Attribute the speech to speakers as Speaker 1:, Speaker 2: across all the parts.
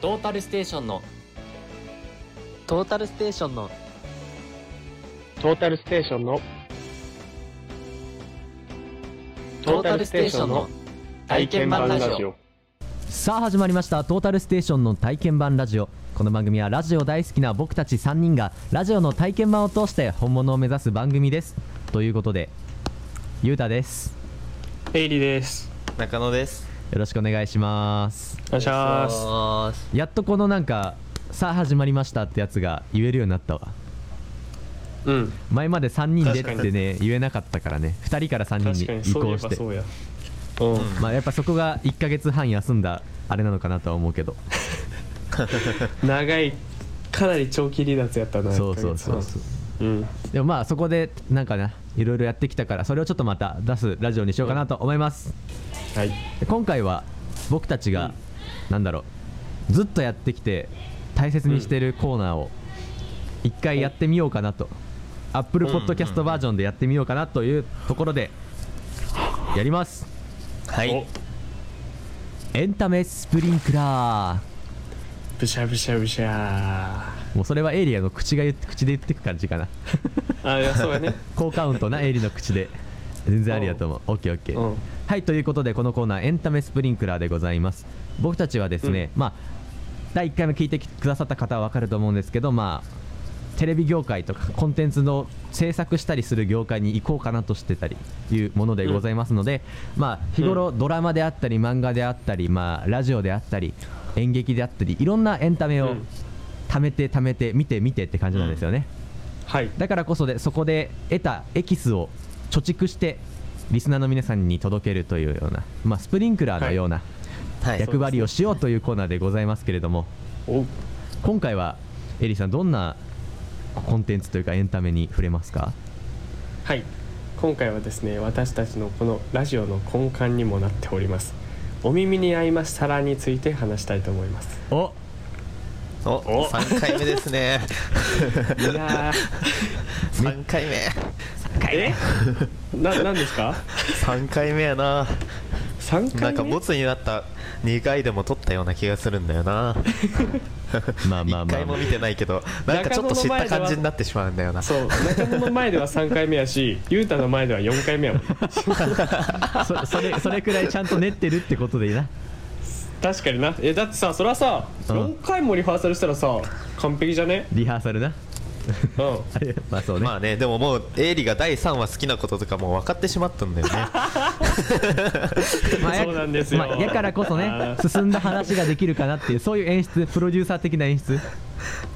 Speaker 1: トータルステーションの
Speaker 2: トータルステーションの
Speaker 3: トータルステーションの
Speaker 1: トータルステーションの体験版ラジオ
Speaker 4: さあ始まりましたトータルステーションの体験版ラジオこの番組はラジオ大好きな僕たち3人がラジオの体験版を通して本物を目指す番組ですということでゆうたです
Speaker 3: ペイリーです
Speaker 2: 中野です。
Speaker 4: よろしくお願いします
Speaker 3: お願いします
Speaker 2: ます。
Speaker 4: やっとこのなんかさあ始まりましたってやつが言えるようになったわ
Speaker 3: うん
Speaker 4: 前まで3人でっ
Speaker 3: 確か
Speaker 4: てね言えなかったからね2人から3
Speaker 3: 確
Speaker 4: 人
Speaker 3: か
Speaker 4: に
Speaker 3: に
Speaker 4: 移
Speaker 3: そういえ
Speaker 4: 行し
Speaker 3: ば
Speaker 4: て
Speaker 3: そうやうん
Speaker 4: まあやっぱそこが1ヶ月半休んだあれなのかなとは思うけど
Speaker 3: 長いかなり長期離脱やったな
Speaker 4: そうそうそうそう
Speaker 3: ううん
Speaker 4: でもまあそこでなんかねいろいろやってきたからそれをちょっとまた出すラジオにしようかなと思います、
Speaker 3: はい
Speaker 4: で今回は僕たちが、なんだろうずっとやってきて大切にしてるコーナーを一回やってみようかなと、Apple Podcast バージョンでやってみようかなというところでやります
Speaker 2: は
Speaker 3: お
Speaker 2: い。
Speaker 4: エンタメスプリンクラー
Speaker 3: ブシャブシャブシャあ
Speaker 4: もうそれはエイリアの口が言って口で言ってく感じかな
Speaker 3: いやそうやね
Speaker 4: 高カウントなエイリの口で全然ありだと思う OKOK、
Speaker 3: うん
Speaker 4: はいということでこのコーナーエンタメスプリンクラーでございます僕たちはですね、まあ第1回目聞いてくださった方は分かると思うんですけどまあテレビ業界とかコンテンツの制作したりする業界に行こうかなとしてたりいうものでございますので、まあ日頃ドラマであったり漫画であったりまあラジオであったり演劇であったりいろんなエンタメ
Speaker 3: う
Speaker 4: を
Speaker 3: ん
Speaker 4: 貯めて貯めて見て見てって感じなんですよね、
Speaker 3: はい
Speaker 4: だからこそでそこで得たエキスを貯蓄してリスナーの皆さんに届けるというような、まあ、スプリンクラーのような
Speaker 2: はい。
Speaker 4: 役割をしようというコーナーでございますけれども
Speaker 3: お
Speaker 4: 今回はエリさんどんなコンテンツというかエンタメに触れますか
Speaker 3: はい今回はですね私たちのこのラジオの根幹にもなっておりますお耳に合いましたらについて話したいと思い ます
Speaker 4: お
Speaker 2: お、三回目ですね。
Speaker 3: いや
Speaker 2: 三回目。
Speaker 3: え ななんですか
Speaker 2: 三回目やな。
Speaker 3: 3回目
Speaker 2: なんかボツになった二回でも撮ったような気がするんだよな。
Speaker 4: まあまあ
Speaker 2: 一
Speaker 4: まあ、
Speaker 2: 回も見てないけど、なんかちょっと知った感じになってしまうんだよな。
Speaker 3: そう中野の前では3回目やし雄太の前では4回目やもん
Speaker 4: そそれそれくらいちゃんと練ってるってことでいいな
Speaker 3: 確かになえだってさそれはさ
Speaker 4: うん
Speaker 3: 4回もリハーサルしたらさ完璧じゃね
Speaker 4: リハーサルな
Speaker 3: うん
Speaker 4: あれまあそうね、
Speaker 2: まあね、でももうエイリが第3話好きなこととかもう分かってしまったんだよね。
Speaker 4: まあや
Speaker 3: そうなんですよ
Speaker 4: まあやからこそね
Speaker 3: あ
Speaker 4: 進んだ話ができるかなっていうそういう演出プロデューサー的な演出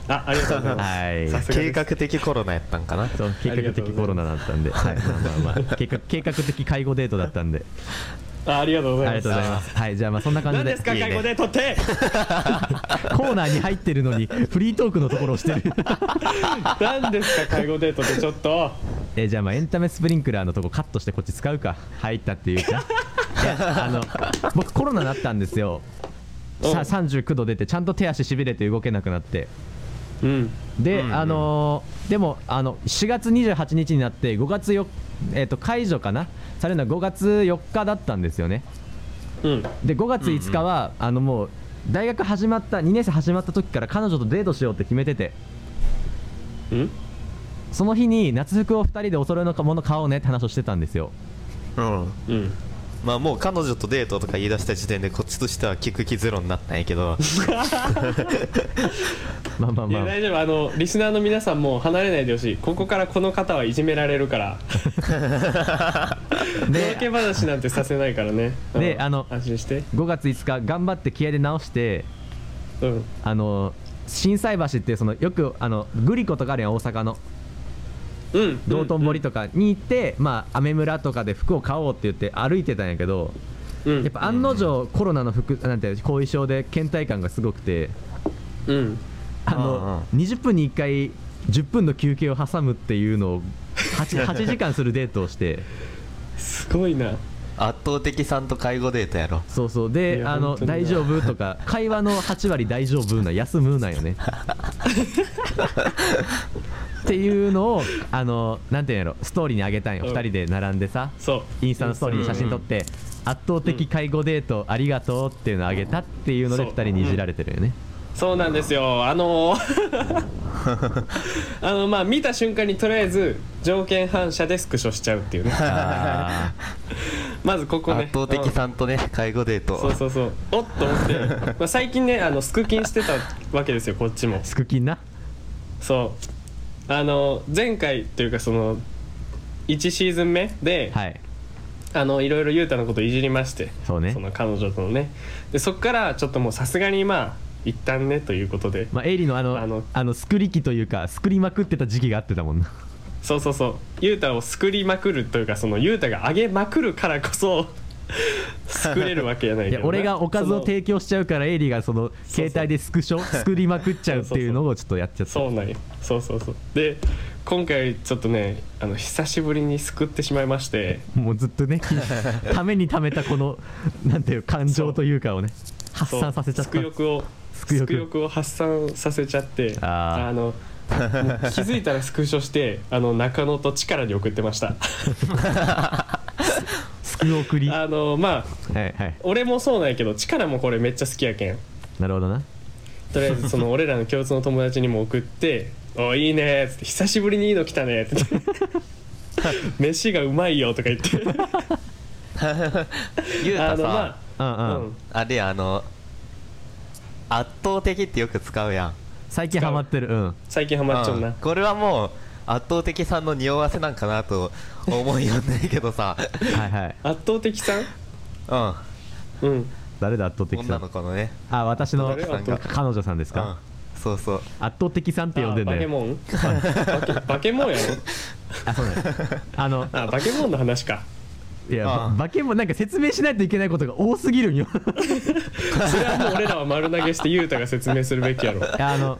Speaker 3: あありがとうございます
Speaker 4: はい
Speaker 3: さすが
Speaker 2: 計
Speaker 3: です
Speaker 2: 画的コロナやったんかな。
Speaker 4: そう計画的コロナだったんで、はい、まあまあまあ計画計画的介護デートだったんで、
Speaker 3: あありがとうご
Speaker 4: あ
Speaker 3: ざ
Speaker 4: り
Speaker 3: い
Speaker 4: がと
Speaker 3: ます
Speaker 4: うございます。はい、じゃあまあそんな感じ
Speaker 3: 何
Speaker 4: で
Speaker 3: ですか
Speaker 2: いいね
Speaker 3: 介護で取 って
Speaker 4: コーナーに入ってるのにフリートークのところをしてる。
Speaker 3: 何ですか介護デートってちょっと
Speaker 4: えーじゃあまあエンタメスプリンクラーのとこカットしてこっち使うか入ったっていうか。いやあの僕コロナになったんですよ。さ
Speaker 3: うん
Speaker 4: 39度出てちゃんと手足しびれて動けなくなって。
Speaker 3: うん
Speaker 4: で、
Speaker 2: うんうん
Speaker 4: あのーでもあの4月28日になって5月よ、えー、と解除かなされるのは5月4日だったんですよね
Speaker 3: うん
Speaker 4: で5月5日は、あのもう大学始まった2年生始まった時から彼女とデートしようって決めてて
Speaker 3: うん
Speaker 4: その日に夏服を2人でお揃いのもの買おうねって話をしてたんですよ
Speaker 2: うん。
Speaker 3: うん
Speaker 2: まあもう彼女とデートとか言い出した時点でこっちとしては聞く気ゼロになったんやけ ど
Speaker 4: まあま
Speaker 3: い
Speaker 4: あま
Speaker 3: や
Speaker 4: あ
Speaker 3: 大丈夫あのリスナーの皆さんも離れないでほしいここからこの方はいじめられる から寝分け
Speaker 4: で
Speaker 3: 話なんてさせないからね
Speaker 4: で
Speaker 3: うん
Speaker 4: あの
Speaker 3: 安心して
Speaker 4: 5月5日頑張って気合で直して
Speaker 3: うん
Speaker 4: あの心斎橋っていうそのよくあのグリコとかあるやん大阪の
Speaker 3: うん
Speaker 4: 道頓堀とかに行って、まあ雨村とかで服を買おうって言って歩いてたんやけど
Speaker 3: うん
Speaker 4: やっぱ案の定コロナの服なんていうの後遺症で倦怠感がすごくて
Speaker 3: うん
Speaker 4: あの20分に1回10分の休憩を挟むっていうのを 8, 8時間するデートをして
Speaker 3: すごいな
Speaker 2: 圧倒的さんと介護デートやろ
Speaker 4: そうそう
Speaker 3: い
Speaker 4: で「
Speaker 3: や
Speaker 4: あの
Speaker 3: 本当にな
Speaker 4: 大丈夫?」とか会話の8割「大丈夫?」な「休む?」なん よね。っていうのをあのなんていうんやろストーリーにあげたんよ、
Speaker 3: う
Speaker 4: 二
Speaker 3: ん
Speaker 4: 2人で並んでさ
Speaker 3: そう
Speaker 4: インスタのストーリーに写真撮って、圧倒的介護デートありがとうっていうのをあげたっていうので
Speaker 3: うん
Speaker 4: 2人にいじられてるよね、
Speaker 3: そうなんですよあのー あのまあ見た瞬間にとりあえず条件反射でスクショしちゃうっていうね
Speaker 2: あ
Speaker 3: まずここ
Speaker 2: ー
Speaker 3: ね
Speaker 2: 圧倒的
Speaker 3: うん
Speaker 2: さんとね介護デート
Speaker 3: そうそうそうおっと思って、まあ、最近ねあのスクキンしてたわけですよこっ ちも
Speaker 4: スクキンな
Speaker 3: そうあの前回というかその1シーズン目で、
Speaker 4: はい
Speaker 3: あのいろいろ雄太のこといじりまして
Speaker 4: そうね
Speaker 3: その彼女とのねでそっからちょっともうさすがにまあ一旦ねということで
Speaker 4: まあ、エイリのあのあ
Speaker 3: あ
Speaker 4: の
Speaker 3: の
Speaker 4: スクリキというかスクりまくってた時期があってたもんな
Speaker 3: そうそうそう雄太をすくりまくるというかその雄太が上げまくるからこ そすくれるわけじゃない
Speaker 4: い
Speaker 3: け
Speaker 4: や
Speaker 3: どな
Speaker 4: 俺がおかずを提供しちゃうからエイリがその
Speaker 3: そう
Speaker 4: 携帯でスクシ ョスクりまくっちゃうっていうのをちょっとやっちゃった
Speaker 3: そのそうなんよそうそうそうで今回ちょっとねあの久しぶりにすくってしまいまして
Speaker 4: もうずっ とねためにためたこのなんていう感情というかをね発散させちゃっ
Speaker 3: そうす
Speaker 4: た
Speaker 3: く欲を
Speaker 4: す
Speaker 3: す
Speaker 4: く
Speaker 3: く
Speaker 4: 欲
Speaker 3: 欲を発散させちゃって
Speaker 4: あー
Speaker 3: のもう気づいたらスクショして あの中野と力に送ってました
Speaker 4: すく送りは
Speaker 3: あのまあ
Speaker 4: いはい
Speaker 3: 俺もそうなんやけど力もこれめっちゃ好きやけん
Speaker 4: なるほどな
Speaker 3: とりあえずその俺らの共通の友達にも送って 「おいいね」っつって「久しぶりにいいの来たね」って 飯がうまいよ」とか言って
Speaker 2: ゆうたさ
Speaker 3: あのま
Speaker 4: うん
Speaker 3: あ、
Speaker 4: うん、
Speaker 3: うん
Speaker 2: あれやあの圧倒的ってよく使うやん
Speaker 4: 最近ハマってるうん
Speaker 3: 最近ハマっちゃう
Speaker 2: うん
Speaker 3: な
Speaker 2: これはもう圧倒的さんの匂わせなんかなと思うよんないけど さ
Speaker 4: はいはい
Speaker 3: 圧倒的さん
Speaker 2: うん
Speaker 3: うん
Speaker 4: 誰だ圧倒的さ
Speaker 2: 女の
Speaker 4: ん
Speaker 2: 子のね
Speaker 4: あ私の
Speaker 3: 誰圧倒的
Speaker 4: 彼女さんです
Speaker 2: う
Speaker 4: か、
Speaker 2: んそうそう
Speaker 4: 圧倒的さんって呼んでん
Speaker 3: あバ
Speaker 4: だ
Speaker 3: ケ
Speaker 4: よ
Speaker 3: モ ンバケバケモンやろ
Speaker 4: あそうだよ あの
Speaker 3: あバケモンの話か
Speaker 4: いや
Speaker 2: ああ
Speaker 4: ばバケモンなんか説明しないといけないことが多すぎるんよ
Speaker 3: それはもう俺らは丸投げして雄太が説明するべきやろ
Speaker 4: いやあの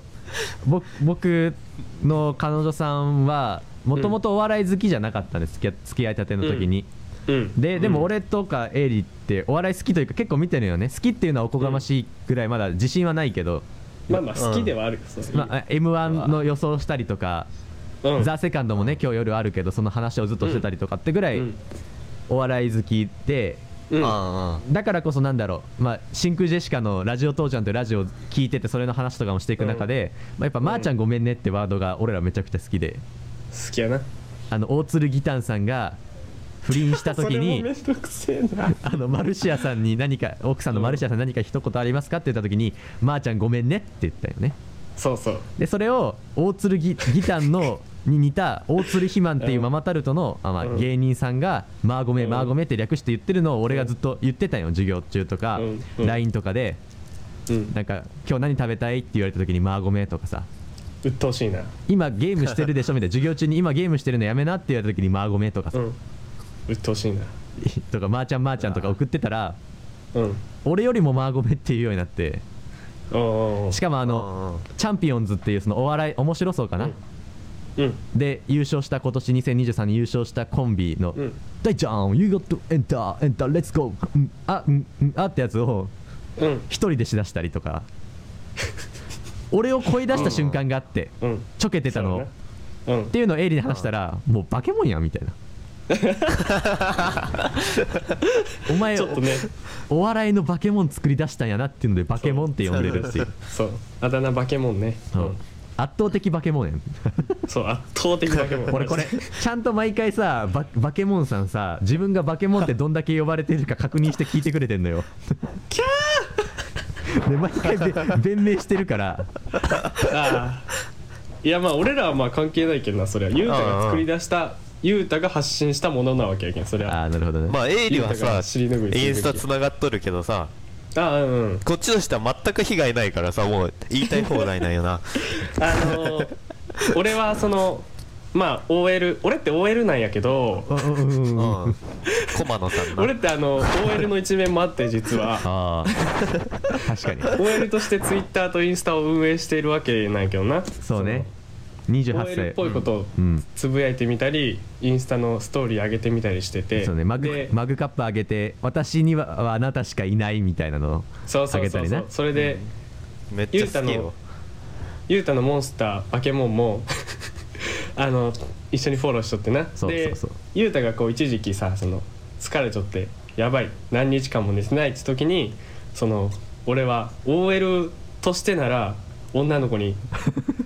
Speaker 4: ぼ僕の彼女さんはもともとお笑い好きじゃなかったんです付き合付き合いたての時に、
Speaker 3: うん
Speaker 4: ででも俺とかエイリってお笑い好きというか結構見てるよね好きっていうのはおこがましいぐらいまだ自信はないけど、
Speaker 3: まあまあ好きではあるよそれ
Speaker 4: まあ、m 1の予想したりとか
Speaker 3: うん
Speaker 4: 「ザ・セカンドもね今日夜あるけどその話をずっとしてたりとかってぐら
Speaker 3: う
Speaker 4: い
Speaker 3: ん
Speaker 4: お笑い好きで
Speaker 3: うん
Speaker 2: うんうん
Speaker 4: だからこそなんだろう、まあ、真空ジェシカの「ラジオ父ちゃん」というラジオを聞いててそれの話とかもしていく中で、まあ、やっぱ「まーちゃんごめんね」ってワードが俺らめちゃくちゃ好きで
Speaker 3: 好きやな
Speaker 4: あの大鶴ギタンさんが不倫した時
Speaker 3: それもめ
Speaker 4: に
Speaker 3: んどくせえな
Speaker 4: あのマルシアさんに何か奥さんのマルシアさんに何か一言ありますかって言った時に「まーちゃんごめんね」って言ったよね
Speaker 3: そうそう
Speaker 4: でそれを大鶴ギギタンのに似た大鶴ひまんっていうママタルトの、あまあ、
Speaker 3: うん
Speaker 4: 芸人さんが「まーごめ
Speaker 3: うん
Speaker 4: まーごめ」って略して言ってるのを俺がずっと言ってたよ授業中とか、
Speaker 3: うんうん
Speaker 4: LINE とかで
Speaker 3: うん
Speaker 4: なんか「今日何食べたい?」って言われた時に「まあごめん」とかさ
Speaker 3: 鬱陶しいな
Speaker 4: 「今ゲームしてるでし ょ」みたいな授業中に「今ゲームしてるのやめな」って言われた時に「まあごめん」とか
Speaker 3: う
Speaker 4: さ
Speaker 3: ん鬱陶しいな
Speaker 4: 「とかまーちゃんまーちゃん」とか送ってたら
Speaker 3: うん
Speaker 4: 俺よりも「まあごめん」って言うようになって
Speaker 3: おうおうおう
Speaker 4: しかもあ
Speaker 2: うんう
Speaker 4: の
Speaker 2: ん
Speaker 4: チャンピオンズっていうそのお笑い面白そうかな、
Speaker 3: うん
Speaker 4: で優勝した今年2023年優勝したコンビの
Speaker 3: うん
Speaker 4: 「大ちゃん You got to enter enter let's go うんあうんうんあ」ってやつを
Speaker 3: うん
Speaker 4: 一人でしだしたり とか俺を声出した瞬間があって
Speaker 3: うん
Speaker 4: ちょけてたの
Speaker 3: そうだなう
Speaker 4: っ
Speaker 3: ん
Speaker 4: ていうのをエイリーに話したらもう化け物やんみたいなお前
Speaker 3: ちょっとね
Speaker 4: お笑いの化け物作り出したんやなっていうので化け物って呼んでるっていう
Speaker 3: そうあだ名バケモンね
Speaker 4: うん圧倒的化け物やん
Speaker 3: そう圧倒的バケモン
Speaker 4: 俺これちゃんと毎回さば化け物さんさ自分が化け物ってどんだけ呼ばれてるか確認して聞いてくれてんのよキャーで毎回べ弁明してるから
Speaker 3: ああいやまあ俺らはまあ関係ないけどなそれは雄太が作り出した雄太が発信したものなわけやけんそれは
Speaker 4: ああなるほどね、
Speaker 2: まあエイリは
Speaker 3: ゆう
Speaker 2: さ
Speaker 3: たが尻拭いする
Speaker 2: インスタつながっとるけどさ
Speaker 3: ああうんうん
Speaker 2: こっちとしては全く被害ないからさもう言いたい放題なんよ な
Speaker 3: あの ー俺はそのまあ OL 俺って OL なんやけど
Speaker 4: うんうんうんう
Speaker 2: うん
Speaker 4: んあ
Speaker 2: 駒野さんな
Speaker 3: 俺ってあの OL の一面もあって実は
Speaker 4: あ確かに
Speaker 3: OL として Twitter とインスタを運営しているわけなんやけどな
Speaker 4: そう
Speaker 3: そ
Speaker 4: ね
Speaker 3: の
Speaker 4: 28
Speaker 3: OL っ
Speaker 4: 歳
Speaker 3: ぽいことを
Speaker 4: うん
Speaker 3: つぶやいてみたりインスタのストーリー上げてみたりしてて
Speaker 4: そうねマグ
Speaker 3: で
Speaker 4: マグカップあげて私にははあなたしかいないみたいなの
Speaker 3: そうそうそ
Speaker 4: あ
Speaker 3: う
Speaker 4: げ
Speaker 3: そ
Speaker 4: たり
Speaker 3: う
Speaker 4: ね
Speaker 3: それで
Speaker 2: めっちゃ好き
Speaker 3: ゆうた
Speaker 2: よ
Speaker 3: の雄太のモンスターバケモンも あの一緒にフォローしとってな
Speaker 4: そうそうそう
Speaker 3: で雄太がこう一時期さその疲れちょってやばい何日間も寝てないって時にその俺は OL ととしてなら女の子に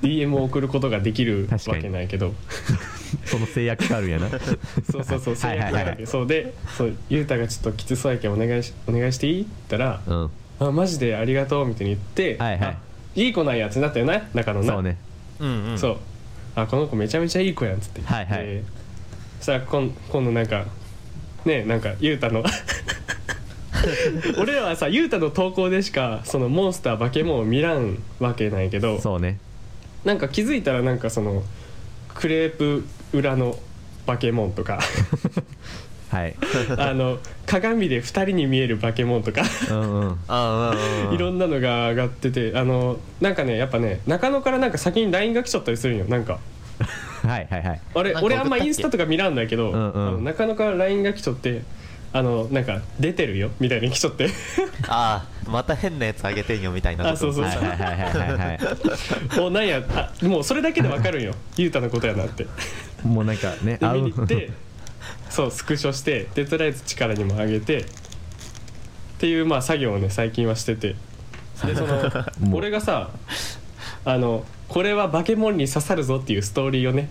Speaker 3: DM を送ることができるわ
Speaker 4: 確かに
Speaker 3: けないけど
Speaker 4: その制約があるん やな
Speaker 3: そうそうそう
Speaker 4: は
Speaker 3: 制
Speaker 4: いはい
Speaker 3: 約
Speaker 4: はい
Speaker 3: なわけそうでそうゆうたがちょっときつそうやけんお願いしお願いしていいって言ったら
Speaker 4: うんは
Speaker 3: 「あマジでありがとう」みたいに言って、
Speaker 4: いはい
Speaker 3: い、いい子なんやつになったよな中のな
Speaker 4: そうね
Speaker 2: うんうん
Speaker 3: そうあこの子めちゃめちゃいい子やんっつって
Speaker 4: はいはい
Speaker 3: でそしたら今今度なんかねなんかゆうたの 俺らはさゆうたの投稿でしかそのモンスター化け物を見らんわけないけど
Speaker 4: そうね
Speaker 3: なんか気づいたらなんかそのクレープ裏の化け物と か
Speaker 4: はい
Speaker 3: あの鏡で2人に見える化け物とか
Speaker 4: うんう
Speaker 2: あ
Speaker 4: ん
Speaker 2: ーあーあー
Speaker 3: いろんなのが上がっててあのなんかねやっぱね中野からなんか先に LINE が来ちゃったりするんよなんか
Speaker 4: はいはいはい
Speaker 3: あれ
Speaker 2: なんか
Speaker 3: 俺あん
Speaker 2: 送
Speaker 3: ま
Speaker 2: ったっけ
Speaker 3: インスタとか見らんないけど、
Speaker 4: うんうん
Speaker 3: あのなかなか LINE が来ちょってあのなんか出てるよみたいに来ちょって
Speaker 2: あーまた変なやつあげてんよみたいなこと
Speaker 3: あそうそう
Speaker 4: はいはいはいはいはいは
Speaker 3: おなんやあもうそれだけでわかるんよ ゆうたのことやなって
Speaker 4: いもうなんか ね
Speaker 3: で見
Speaker 4: う
Speaker 3: に行ってそうスクショしてでとりあえず力にも上げてっていうまあ作業をね最近はしててでそ
Speaker 4: も
Speaker 3: の
Speaker 4: う
Speaker 3: 俺がさあのこれはバケモンに刺さるぞっていうストーリーをね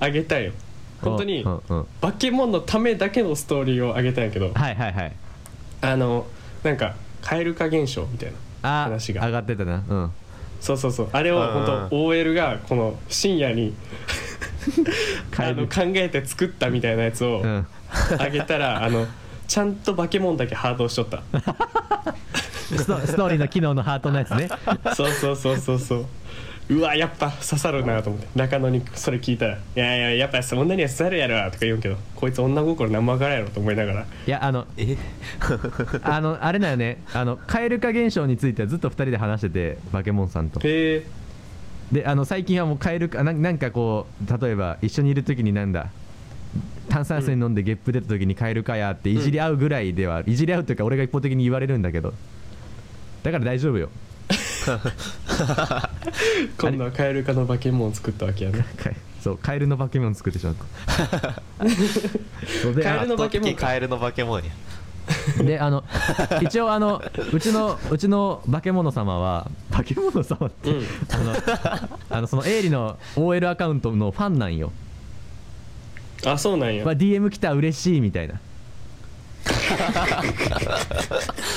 Speaker 3: あげたいよ本当に
Speaker 4: うんうんうん
Speaker 3: バケモンのためだけのストーリーをあげたんやけど
Speaker 4: はいはいはい
Speaker 3: あのなんか蛙化現象みたいな
Speaker 4: あ
Speaker 3: 話
Speaker 4: 上
Speaker 3: が
Speaker 4: がってたなうん
Speaker 3: そうそうそうあれを
Speaker 2: うんうん
Speaker 3: 本当 OL がこの深夜にあ
Speaker 4: 蛙
Speaker 3: の考えて作ったみたいなやつを
Speaker 4: うん
Speaker 3: あげたら、あのちゃんと化け物だけハートしとった
Speaker 4: ストストーリーの機能のハートのやつね
Speaker 3: そうそうそうそうそううわやっぱ刺さるなと思って中野にそれ聞いたら「いやいややっぱ女には刺さるやろ」とか言うけどこいつ女心何もわからんやろと思いながら
Speaker 4: いやあの
Speaker 2: え
Speaker 4: あのあれだよねあの蛙化現象についてはずっと2人で話しててバケモンさんと
Speaker 3: へえ
Speaker 4: であの最近はもう蛙化ななんかこう例えば一緒にいる時になんだ炭酸水飲んでゲップ出た時に蛙化やっていじり合うぐらいでは、いじり合うというか俺が一方的に言われるんだけどだから大丈 夫よ
Speaker 3: 今度は蛙化の化け物を作ったわけやね
Speaker 4: かそうカエルの化け物作ってしまった そうで
Speaker 3: カエル
Speaker 4: あ
Speaker 3: の化け物か
Speaker 2: カエルの化け物や
Speaker 4: であの一応あのうちのうちの化け物様は化け物様って、
Speaker 3: うん
Speaker 4: あのあのそのエイリの OL アカウントのファンなんよ、
Speaker 3: あそうなんや
Speaker 4: まあ、DM 来た嬉しいみ たいな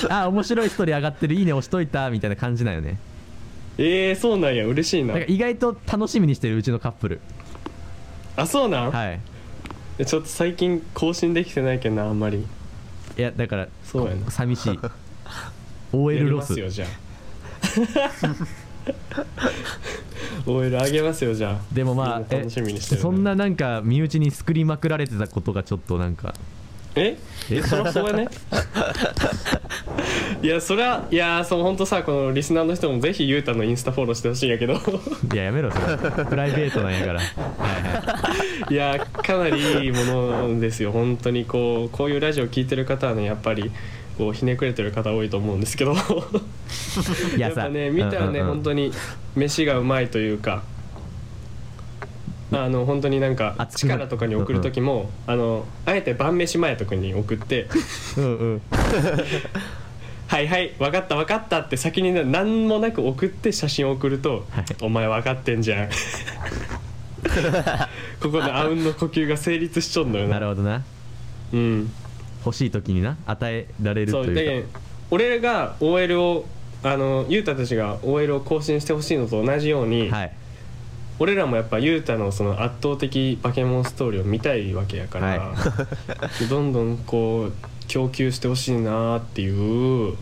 Speaker 4: あ面白いストーリー上がってるいいね押しといたみたいな感じなんよね
Speaker 3: えー、そうなんや嬉しいな
Speaker 4: なんか意外と楽しみにしてるうちのカップル
Speaker 3: あそうなん、
Speaker 4: はい
Speaker 3: でちょっと最近更新できてないけどなあんまり
Speaker 4: いやだから
Speaker 3: そうやな
Speaker 4: 寂し い
Speaker 3: やり
Speaker 4: OL ロ
Speaker 3: ま
Speaker 4: ス
Speaker 3: すよじゃあ OL あげますよじゃあ
Speaker 4: でもまあ
Speaker 3: みんな楽しみにしてるね
Speaker 4: えそんななんか身内にすくりまくられてたことがちょっとなんか
Speaker 3: え
Speaker 4: え
Speaker 3: そりゃそうやね いやそりゃいやそのほんとさこのリスナーの人もぜひゆうたのインスタフォローしてほしいんやけど
Speaker 4: いややめろそれプライベートなんやからはいはい
Speaker 3: やかなりいいものですよ本当にこうこういうラジオ聞いてる方はねやっぱりこうひねくれてる方多いと思うんですけど
Speaker 4: い
Speaker 3: やっぱね見たらね、本当
Speaker 4: に
Speaker 3: に飯がうまいというかあの本当になんか
Speaker 4: 熱くなる
Speaker 3: 力とかに送る時も、あのあえて晩飯前とかに送 って
Speaker 4: うんうん
Speaker 3: 「はいはい分かった分かった」って先にね何もなく送って写真を送ると「
Speaker 4: はい
Speaker 3: お前分かってんじ ゃん」ここのあうんの呼吸が成立しちょんのよ
Speaker 4: な
Speaker 3: な
Speaker 4: るほどな
Speaker 3: うん
Speaker 4: 欲しい時にな与えられる
Speaker 3: そ
Speaker 4: と
Speaker 3: うだ
Speaker 4: い
Speaker 3: け
Speaker 4: う
Speaker 3: ど俺が OL をあのゆうたたちが OL を更新してほしいのと同じように、
Speaker 4: かはい
Speaker 3: 俺らもやっぱ雄太のその圧倒的バケモンストーリーを見たいわけやから、 どんどんこう供給してほしいなっていう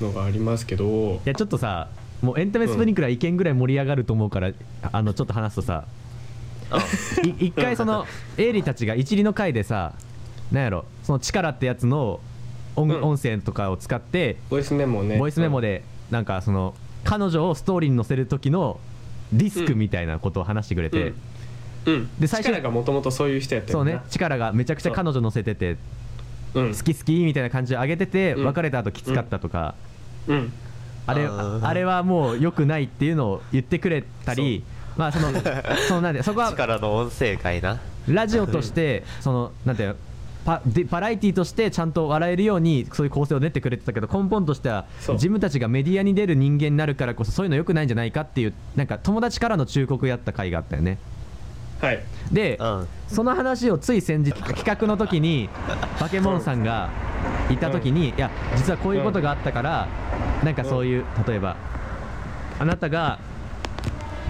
Speaker 3: のがありますけど
Speaker 4: いやちょっとさもうエンタメスプリンクラー意見ぐらい盛り上がると思うから、あのちょっと話すとさい一回そのエイリたちが一理の回でさなんやろその力ってやつの音,、
Speaker 3: うん
Speaker 4: 音声とかを使って
Speaker 3: ボイスメモね
Speaker 4: ボイスメモ
Speaker 3: で、
Speaker 4: でなんかその彼女をストーリーに載せる時のリスクみたいなことを話してくれて、
Speaker 3: うん、
Speaker 4: で
Speaker 3: で
Speaker 4: 最
Speaker 3: 最
Speaker 4: 初
Speaker 3: 初がもともとそういう人やった
Speaker 4: そう
Speaker 3: よな
Speaker 4: ね力がめちゃくちゃ彼女載せてて
Speaker 3: うん
Speaker 4: 好き好きみたいな感じで上げてて
Speaker 3: うん
Speaker 4: 別れた後きつかったとか、
Speaker 3: うん
Speaker 4: あれ
Speaker 2: あー
Speaker 4: あれはもう良くないっていうのを言ってくれたりまあそのそのなんでそこは
Speaker 2: 力の音声会な
Speaker 4: ラジオとしてそのなんていうのパでバラエティとしてちゃんと笑えるようにそういう構成を練ってくれてたけど根本としては
Speaker 3: そう
Speaker 4: 自分たちがメディアに出る人間になるからこそそういうの良くないんじゃないかっていうなんか友達からの忠告やった回があったよね
Speaker 3: はい
Speaker 4: で、
Speaker 2: うん
Speaker 4: その話をつい先日企画の時 にバケモンさんがいた時に、いや実はこういうことがあったから、なんかそういう例えばあなたが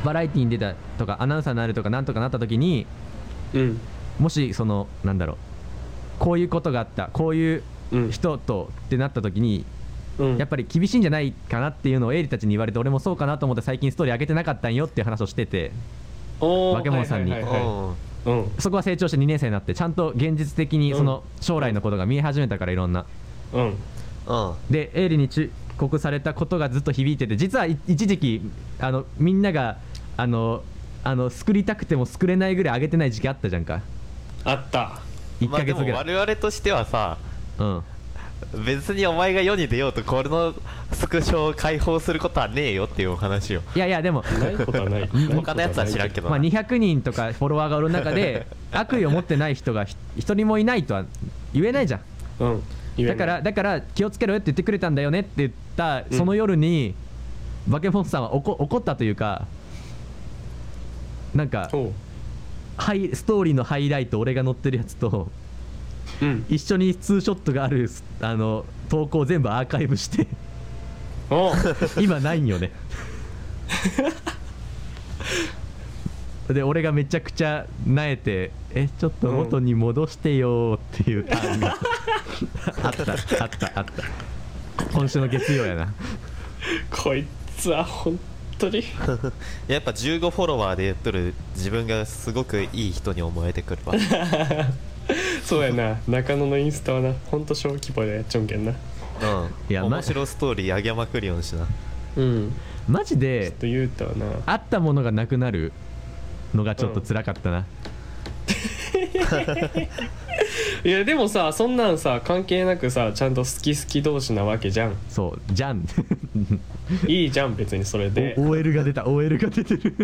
Speaker 4: バラエティに出たとかアナウンサーになるとかなんとかなった時に
Speaker 3: うん
Speaker 4: もしそのなんだろうこういうことがあったこういう
Speaker 3: うん
Speaker 4: 人とってなった時に
Speaker 3: うん
Speaker 4: やっぱり厳しいんじゃないかなっていうのをエイリたちに言われて俺もそうかなと思って最近ストーリー上げてなかったんよっていう話をしてて
Speaker 3: おー
Speaker 4: バケモンさんに
Speaker 3: はいはいはいは
Speaker 2: おう
Speaker 3: いうん
Speaker 4: そこは成長して2年生になってちゃんと現実的に
Speaker 3: うん
Speaker 4: その将来のことが見え始めたからいろんな
Speaker 3: うん
Speaker 2: うん
Speaker 4: でエイリに忠告されたことがずっと響いてて実はい一時期あのみんながあのあの作りたくても作れないぐらい上げてない時期あったじゃんか
Speaker 3: あった
Speaker 4: 1
Speaker 2: まあ
Speaker 4: ヶ
Speaker 2: で
Speaker 4: 月
Speaker 2: も
Speaker 4: ぐら
Speaker 2: 我
Speaker 4: い、
Speaker 2: 々としてはさ
Speaker 4: うん
Speaker 2: 別にお前が世に出ようとこれのスクショを解放することはねえよっていうお話を
Speaker 4: いやいやでも
Speaker 3: ないことはない
Speaker 2: 他のやつは知らんけど
Speaker 4: まあ、200人とかフォロワーがおる中で 悪意を持ってない人がひ一人もいないとは言えないじゃん
Speaker 3: どうん言えな
Speaker 4: だ
Speaker 3: い
Speaker 4: からだから気をつけろよって言ってくれたんだよねって言ったその夜に、バケモンさんは怒怒ったというかなんか
Speaker 3: おう
Speaker 4: ハイストーリーのハイライト俺が載ってるやつと
Speaker 3: うん
Speaker 4: 一緒にツーショットがあるあの投稿全部アーカイブして
Speaker 3: おう
Speaker 4: 今ないんよねで俺がめちゃくちゃなえて「えちょっと元に戻してよ」っていうターンがあったあったあった今週の月曜やな
Speaker 3: こいつは本当に
Speaker 2: やっぱ15フォロワーでやっとる自分がすごくいい人に思えてくるわ
Speaker 3: そうやな中野のインスタはなほんと小規模でやっちょんけんな
Speaker 2: うん
Speaker 4: いやま
Speaker 2: 面白ストーリー上げまくりよんしな
Speaker 3: うん
Speaker 4: マ
Speaker 3: ち
Speaker 4: ジ
Speaker 3: ょ
Speaker 4: で
Speaker 3: っと言うたはな
Speaker 4: あったものがなくなるのがちょっと辛かったな、
Speaker 3: いやでもさそんなんさ関係なくさちゃんと好き好き同士なわけじゃん
Speaker 4: そうじゃん
Speaker 3: いいじゃん別にそれ で
Speaker 4: OL が出た OL が出てる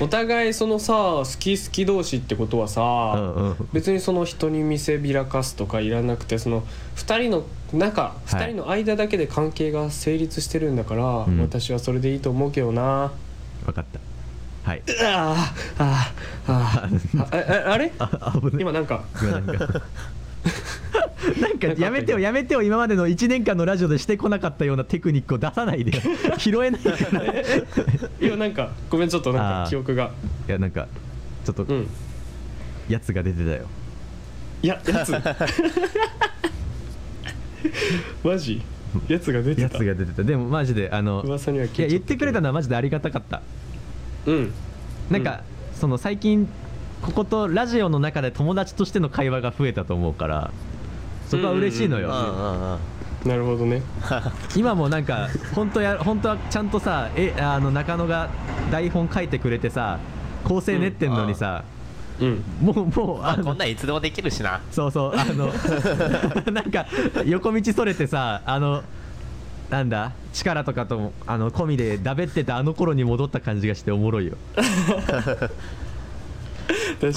Speaker 3: お互いそのさ好き好き同士ってことは
Speaker 4: う
Speaker 3: さ、
Speaker 4: んうん
Speaker 3: 別にその人に見せびらかすとかいらなくてその2人の中
Speaker 4: い
Speaker 3: 2人の間だけで関係が成立してるんだから、
Speaker 4: ん
Speaker 3: 私はそれでいいと思うけどな、
Speaker 4: 分かったはいう
Speaker 3: わあああああああれ
Speaker 4: あ危ない
Speaker 3: 今なんか
Speaker 4: 今なんかなんか
Speaker 3: なんか
Speaker 4: やめてよやめてよ今までの1年間のラジオでしてこなかったようなテクニックを出さないでよ拾えないからい
Speaker 3: 今なんかごめんちょっとなん
Speaker 4: あー
Speaker 3: か記憶が
Speaker 4: やなんかちょっと
Speaker 3: うん
Speaker 4: やつが出てたよ
Speaker 3: いややつ マジやつが出て
Speaker 4: や
Speaker 3: た
Speaker 4: つが出てたでもマジであの
Speaker 3: 噂にはい聞
Speaker 4: や
Speaker 3: いちゃ
Speaker 4: 言ってくれたのはマジでありがたかった
Speaker 3: うん
Speaker 4: なんか、その最近こことラジオの中で友達としての会話が増えたと思うからそこは嬉しいのよ、
Speaker 2: うんうんうん
Speaker 3: なるほどね
Speaker 4: 今もなんか本当や本当はちゃんとさえあの中野が台本書いてくれてさ構成練ってんのにさ、
Speaker 3: うん
Speaker 4: もうもうあ
Speaker 2: こ
Speaker 4: の
Speaker 2: んなんいつでもできるしな
Speaker 4: そうそうあのなんか横道それてさあのなんだ力とかともあの込みでだべってたあの頃に戻った感じがしておもろいよ
Speaker 3: 確
Speaker 2: ま
Speaker 3: か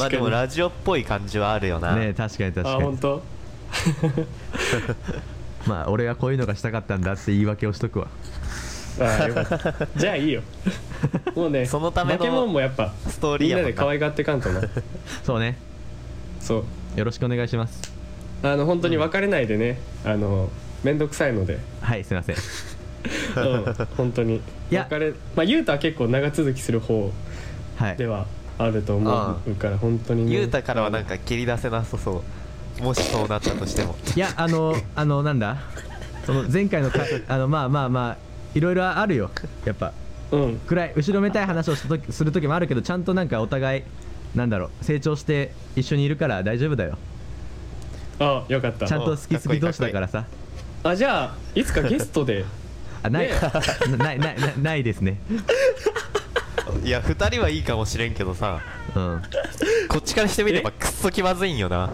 Speaker 2: あで
Speaker 3: に、
Speaker 2: もラジオっぽい感じはあるよな、
Speaker 4: ね確かに確
Speaker 3: あ
Speaker 4: か
Speaker 3: 本
Speaker 4: に
Speaker 3: 当
Speaker 4: まあ俺はこういうのがしたかったんだって言い訳をしとくわ
Speaker 3: あーよかったじゃあいいよもうね
Speaker 2: そのための
Speaker 3: バケモンもやっぱ
Speaker 2: ストーリ
Speaker 3: み
Speaker 2: ーや
Speaker 3: んな
Speaker 2: も
Speaker 3: で
Speaker 2: ん
Speaker 3: 可
Speaker 2: な
Speaker 3: 愛がってかんとな
Speaker 4: そうね
Speaker 3: そう
Speaker 4: よろしくお願いします
Speaker 3: あの本当に別れないでねあの面倒くさいので
Speaker 4: はいすいません
Speaker 3: うん本当に
Speaker 4: いや
Speaker 3: 別れまあゆうたは結構長続きする方
Speaker 4: はい
Speaker 3: ではあると思うから本当にね
Speaker 2: ゆうたからはなんか切り出せなさそうもしそうなったとしても
Speaker 4: いやあのあのなんだその前回のかあのまあまあまあいろいろあるよやっぱ
Speaker 3: うん
Speaker 4: 暗い後ろめたい話をした時する時もあるけどちゃんとなんかお互いなんだろう成長して一緒にいるから大丈夫だよ
Speaker 3: あよかった
Speaker 4: ちゃんと好き好き同士だからさ
Speaker 3: あじゃあいつかゲスト で
Speaker 4: あない
Speaker 3: ね
Speaker 4: なないないないないですね
Speaker 2: いや2人はいいかもしれんけどさ
Speaker 4: うん
Speaker 2: こっちからしてみればくっそ気まずいんよな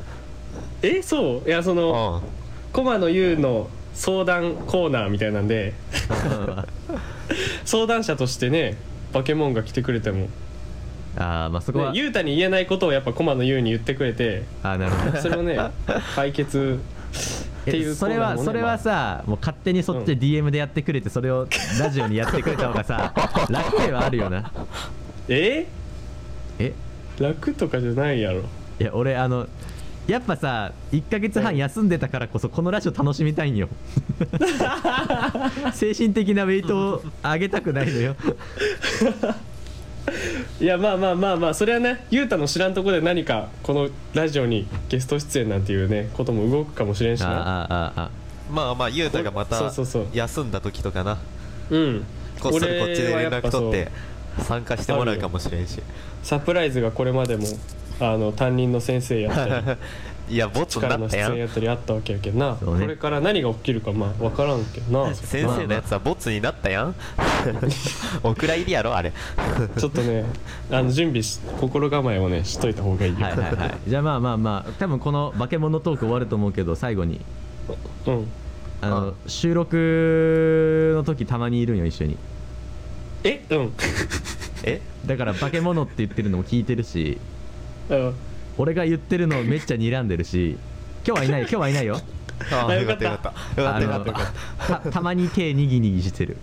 Speaker 3: えそういやその
Speaker 2: うん
Speaker 3: 駒野優の相談コーナーみたいなんで 相談者としてねバケモンが来てくれても
Speaker 4: あーまあそこは、
Speaker 3: ゆうたに言えないことをやっぱコマのゆうに言ってくれて
Speaker 4: あーなるほど
Speaker 3: それを ね解決ってい
Speaker 4: え
Speaker 3: う
Speaker 4: それは
Speaker 3: コーナーもね
Speaker 4: それはさもう勝手にそっちで DM でやってくれてそれをラジオにやってくれた方 がさ楽ではあるよな
Speaker 3: え
Speaker 4: え
Speaker 3: 楽とかじゃないやろ
Speaker 4: いや俺あのやっぱさ1ヶ月半休んでたからこそこのラジオ楽しみたい んよ精神的なウェイトを上げたくないのよ
Speaker 3: いやまあまあまあまあそれはねゆうたの知らんとこで何かこのラジオにゲスト出演なんていうねことも動くかもしれんし
Speaker 4: あ
Speaker 3: な
Speaker 4: ああああ
Speaker 2: まあまあゆうたがま
Speaker 3: そ
Speaker 2: た
Speaker 3: うそうそう
Speaker 2: 休んだ時とかな
Speaker 3: うん
Speaker 2: こっそりこっちで
Speaker 3: 俺はや
Speaker 2: 連
Speaker 3: ぱ
Speaker 2: 絡取っ
Speaker 3: そう
Speaker 2: て参加してもらうかもしれんし
Speaker 3: サプライズがこれまでもあの担任の先生やった り
Speaker 2: いやボットに
Speaker 3: 力
Speaker 2: な
Speaker 3: の
Speaker 2: った
Speaker 3: 出
Speaker 2: や
Speaker 3: 演や
Speaker 2: ん
Speaker 3: ったりあったわけやけどな、
Speaker 4: そうね
Speaker 3: これから何が起きるかまあ分からんけどな そ
Speaker 2: 先生のやつはボツになったやん お蔵入りやろあれ
Speaker 3: ちょっとねあの準備し心構えをねしといた方がいいよ、
Speaker 4: はいはいはい じゃあまあまあまあ多分この化け物トーク終わると思うけど最後に
Speaker 3: うん
Speaker 4: あ
Speaker 2: あ
Speaker 4: の収録の時たまにいるんよ一緒に
Speaker 3: えうん
Speaker 2: え
Speaker 4: だから化け物って言ってるのも聞いてるし
Speaker 3: あ
Speaker 4: 俺が言ってるのめっちゃ睨んでるし今日はいない今日はい ないよ
Speaker 2: あ
Speaker 3: あ
Speaker 2: あよ
Speaker 3: よ
Speaker 2: か
Speaker 3: か
Speaker 2: っ
Speaker 3: ったた
Speaker 2: よかったよかったよかったよかった
Speaker 4: たたまに手にぎにぎしてる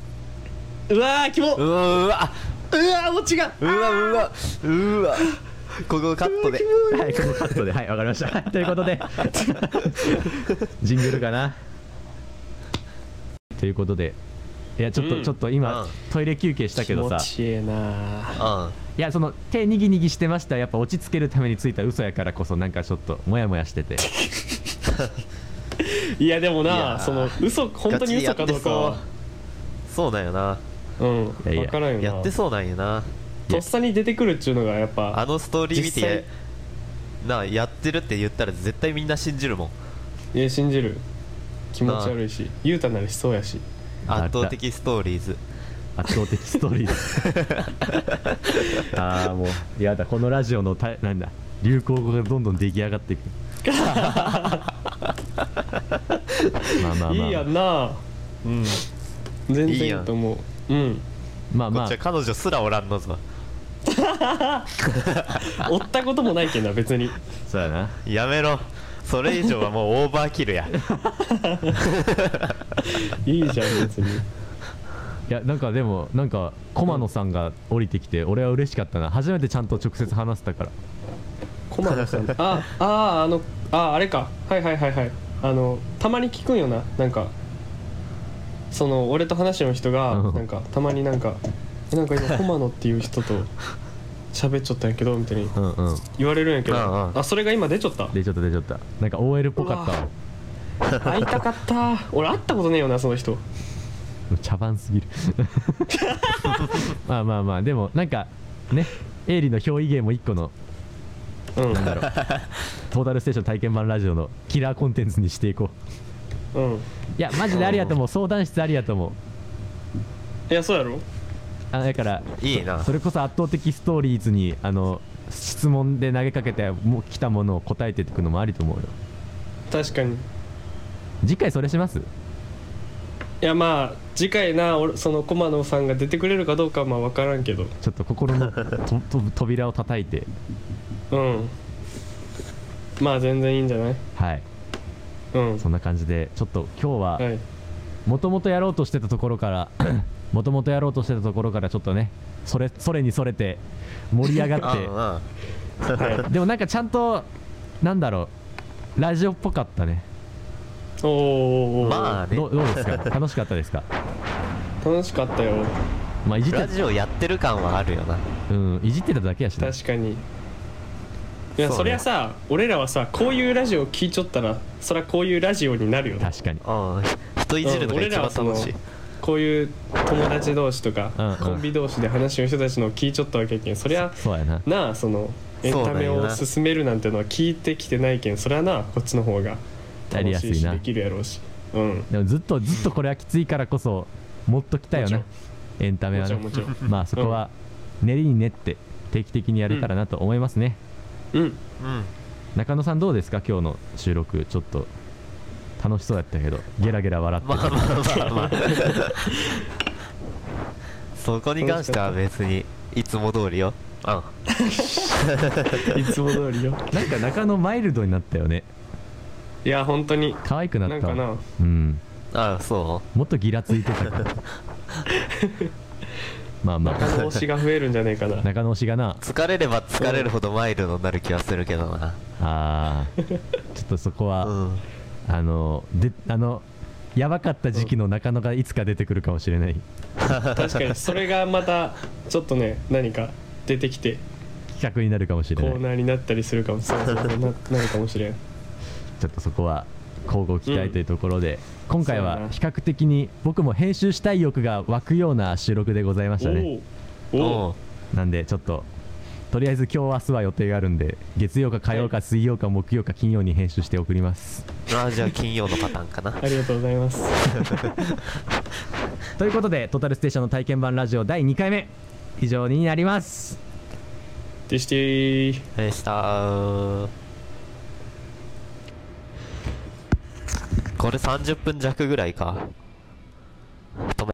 Speaker 3: うわーキモ
Speaker 2: たうわうわ
Speaker 3: うわーもう違う
Speaker 2: うわうわうわここカットで
Speaker 4: はい、このカットで、はい、わかりました。はいということで、ジングルかな。ということで、いや、ちょっと、
Speaker 3: うん
Speaker 4: ちょっと今、
Speaker 2: うん
Speaker 4: トイレ休憩したけどさ、
Speaker 3: 気持ちええな
Speaker 2: うん
Speaker 4: いや、その、手にぎにぎしてました、やっぱ落ち着けるためについた嘘やからこそ、なんかちょっと、もやもやしてて。
Speaker 3: いやでも
Speaker 2: いや
Speaker 3: な
Speaker 2: ー
Speaker 3: その嘘本当に嘘かどう
Speaker 2: ガチで
Speaker 3: か
Speaker 2: やってそ
Speaker 3: は
Speaker 2: うそうなんよな
Speaker 3: うん
Speaker 4: いやいや
Speaker 3: 分からんよな
Speaker 2: やってそうなんよな
Speaker 3: とっさに出てくるっちゅうのがやっ
Speaker 2: あ
Speaker 3: ぱ
Speaker 2: のストーリー見
Speaker 3: 実際
Speaker 2: てなあやってるって言ったら絶対みんな信じるもん
Speaker 3: いや信じる気持ち悪いしゆうたならしそうやし
Speaker 2: 圧倒的ストーリーズ
Speaker 4: 圧倒的ストー リーだああ、もう、やだ、このラジオのた、なんだ、流行語がどんどん出来上がっていく。 まあまあまあ、
Speaker 3: いいやんな
Speaker 2: うん
Speaker 3: 全
Speaker 2: いい
Speaker 3: 然
Speaker 2: や
Speaker 3: い
Speaker 2: ん
Speaker 3: いと思ううん
Speaker 4: まあ
Speaker 2: こ
Speaker 4: ま
Speaker 2: っ
Speaker 4: あ
Speaker 2: ちは、彼女すらおらんのぞ
Speaker 3: 追ったこともないけんな別に
Speaker 4: そうやな。
Speaker 2: やめろそれ以上はもうオーバーキ ルや
Speaker 3: いいじゃん別に
Speaker 4: いやなんかでもなんか駒野さんが降りてきて俺は嬉しかったな初めてちゃんと直接話せたから
Speaker 3: コマさんああーあのああれかはいはいはいはいあのたまに聞くんよななんかその俺と話の人が
Speaker 4: うん
Speaker 3: なんかたまになんか「えなんか今駒野っていう人と喋っちゃったんやけど」みたいに
Speaker 4: うんうん
Speaker 3: 言われるんやけど
Speaker 2: うんうん
Speaker 3: あそれが今出ちゃった
Speaker 4: 出ちゃった出ちゃったなんか OL っぽかったわ
Speaker 3: 会いたかった俺会ったことねえよなその人
Speaker 4: もう茶番すぎ るまあまあまあでもなんかねエイリの表意芸も一個の
Speaker 3: うん
Speaker 4: なんだろうトータルステーション体験版ラジオのキラーコンテンツにしていこう
Speaker 3: うん
Speaker 4: いやマジでありやと思う相談室ありやと思う
Speaker 3: いやそうやろ
Speaker 4: あだから
Speaker 2: いいな
Speaker 4: それこそ圧倒的ストーリーズにあの質問で投げかけても来たものを答えていくのもありと思うよ
Speaker 3: 確かに
Speaker 4: 次回それします
Speaker 3: いやまあ次回な俺その駒野さんが出てくれるかどうかはまあ分からんけど
Speaker 4: ちょっと心のとと扉を叩いて
Speaker 3: うんまあ全然いいんじゃない
Speaker 4: はい
Speaker 3: うん
Speaker 4: そんな感じでちょっと今日
Speaker 3: は
Speaker 4: はいもともとやろうとしてたところから もともとやろうとしてたところからちょっとねそれそれにそれて盛り上
Speaker 2: うんう
Speaker 4: が
Speaker 2: ん
Speaker 4: ってでもなんかちゃんとなんだろうラジオっぽかったね
Speaker 3: おーおーおー
Speaker 2: まあね
Speaker 4: どうどうですか楽しかったですか
Speaker 3: 楽しかったよ
Speaker 4: まあいじって
Speaker 2: ラジオやってる感はあるよな
Speaker 4: うんいじってただけやしな
Speaker 3: 確かにい
Speaker 2: そ
Speaker 3: や
Speaker 2: うね
Speaker 3: そ,、りゃさ俺らはさこういうラジオを聞いちょったらそりゃこういうラジオになるよね
Speaker 4: 確かに
Speaker 2: うん人いじるのが一番
Speaker 3: うん俺らは
Speaker 2: 楽
Speaker 3: そ
Speaker 2: しい
Speaker 3: のこういう友達同士とか、
Speaker 4: うんうん
Speaker 3: コンビ同士で話の人たちのを聞いちょったわけやけんそりゃ
Speaker 4: そうやな
Speaker 3: なあそのエンタメ
Speaker 2: そうだよ
Speaker 3: を
Speaker 2: な
Speaker 3: 進めるなんてのは聞いてきてないけんそりゃなこっちの方が
Speaker 4: や
Speaker 3: 楽
Speaker 4: りやす
Speaker 3: しい
Speaker 4: い
Speaker 3: し
Speaker 4: な
Speaker 3: できるやろうしうん
Speaker 4: でもずっとずっとこれはきついからこそもっときたよな
Speaker 3: も
Speaker 4: エンタメはね
Speaker 3: もちろんもち
Speaker 4: まあそこは練りに練って定期的にやれたらなと思いますね、
Speaker 3: うん
Speaker 2: うん
Speaker 4: 中野さんどうですか今日の収録ちょっと楽しそうだったけどゲラゲラ笑って
Speaker 2: まあまあまあまあ そこに関しては別にいつも通りよあ
Speaker 3: いつも通りよ
Speaker 4: なんか中野マイルドになったよね
Speaker 3: いや本当に
Speaker 4: 可愛くなった
Speaker 3: なんかな
Speaker 4: うん
Speaker 2: あそ
Speaker 4: もっとギラついてたから まあま
Speaker 3: 中
Speaker 4: あ
Speaker 3: 野推しが増えるんじゃねえか な
Speaker 4: 中野推しがな
Speaker 2: う疲れれば疲れるほどマイルドになる気はするけどな
Speaker 4: あーちょっとそこは、
Speaker 2: うん
Speaker 4: あのであのやばかった時期の中野がいつか出てくるかもしれない
Speaker 3: 確かにそれがまたちょっとね何か出てきて
Speaker 4: 企画になるかもしれ
Speaker 3: コ
Speaker 4: な
Speaker 3: ー
Speaker 4: い
Speaker 3: ナーになったりするかもそうそうそうななるかもしれん
Speaker 4: ちょっとそこは交互期待というところで、今回
Speaker 3: そうだ
Speaker 4: は
Speaker 3: な
Speaker 4: 比較的に僕も編集したい欲が湧くような収録でございましたね
Speaker 3: おお
Speaker 2: お
Speaker 3: お
Speaker 4: なんでちょっととりあえず今日明日は予定があるんで月曜か火曜か水曜か木曜か金曜に編集して送ります、
Speaker 2: あじゃあ金曜のパターンかな
Speaker 3: ありがとうございます
Speaker 4: ということで「トータルステーション」の体験版ラジオ第2回目以上になります
Speaker 3: でしてー
Speaker 2: でしたこれ30分弱ぐらいか止め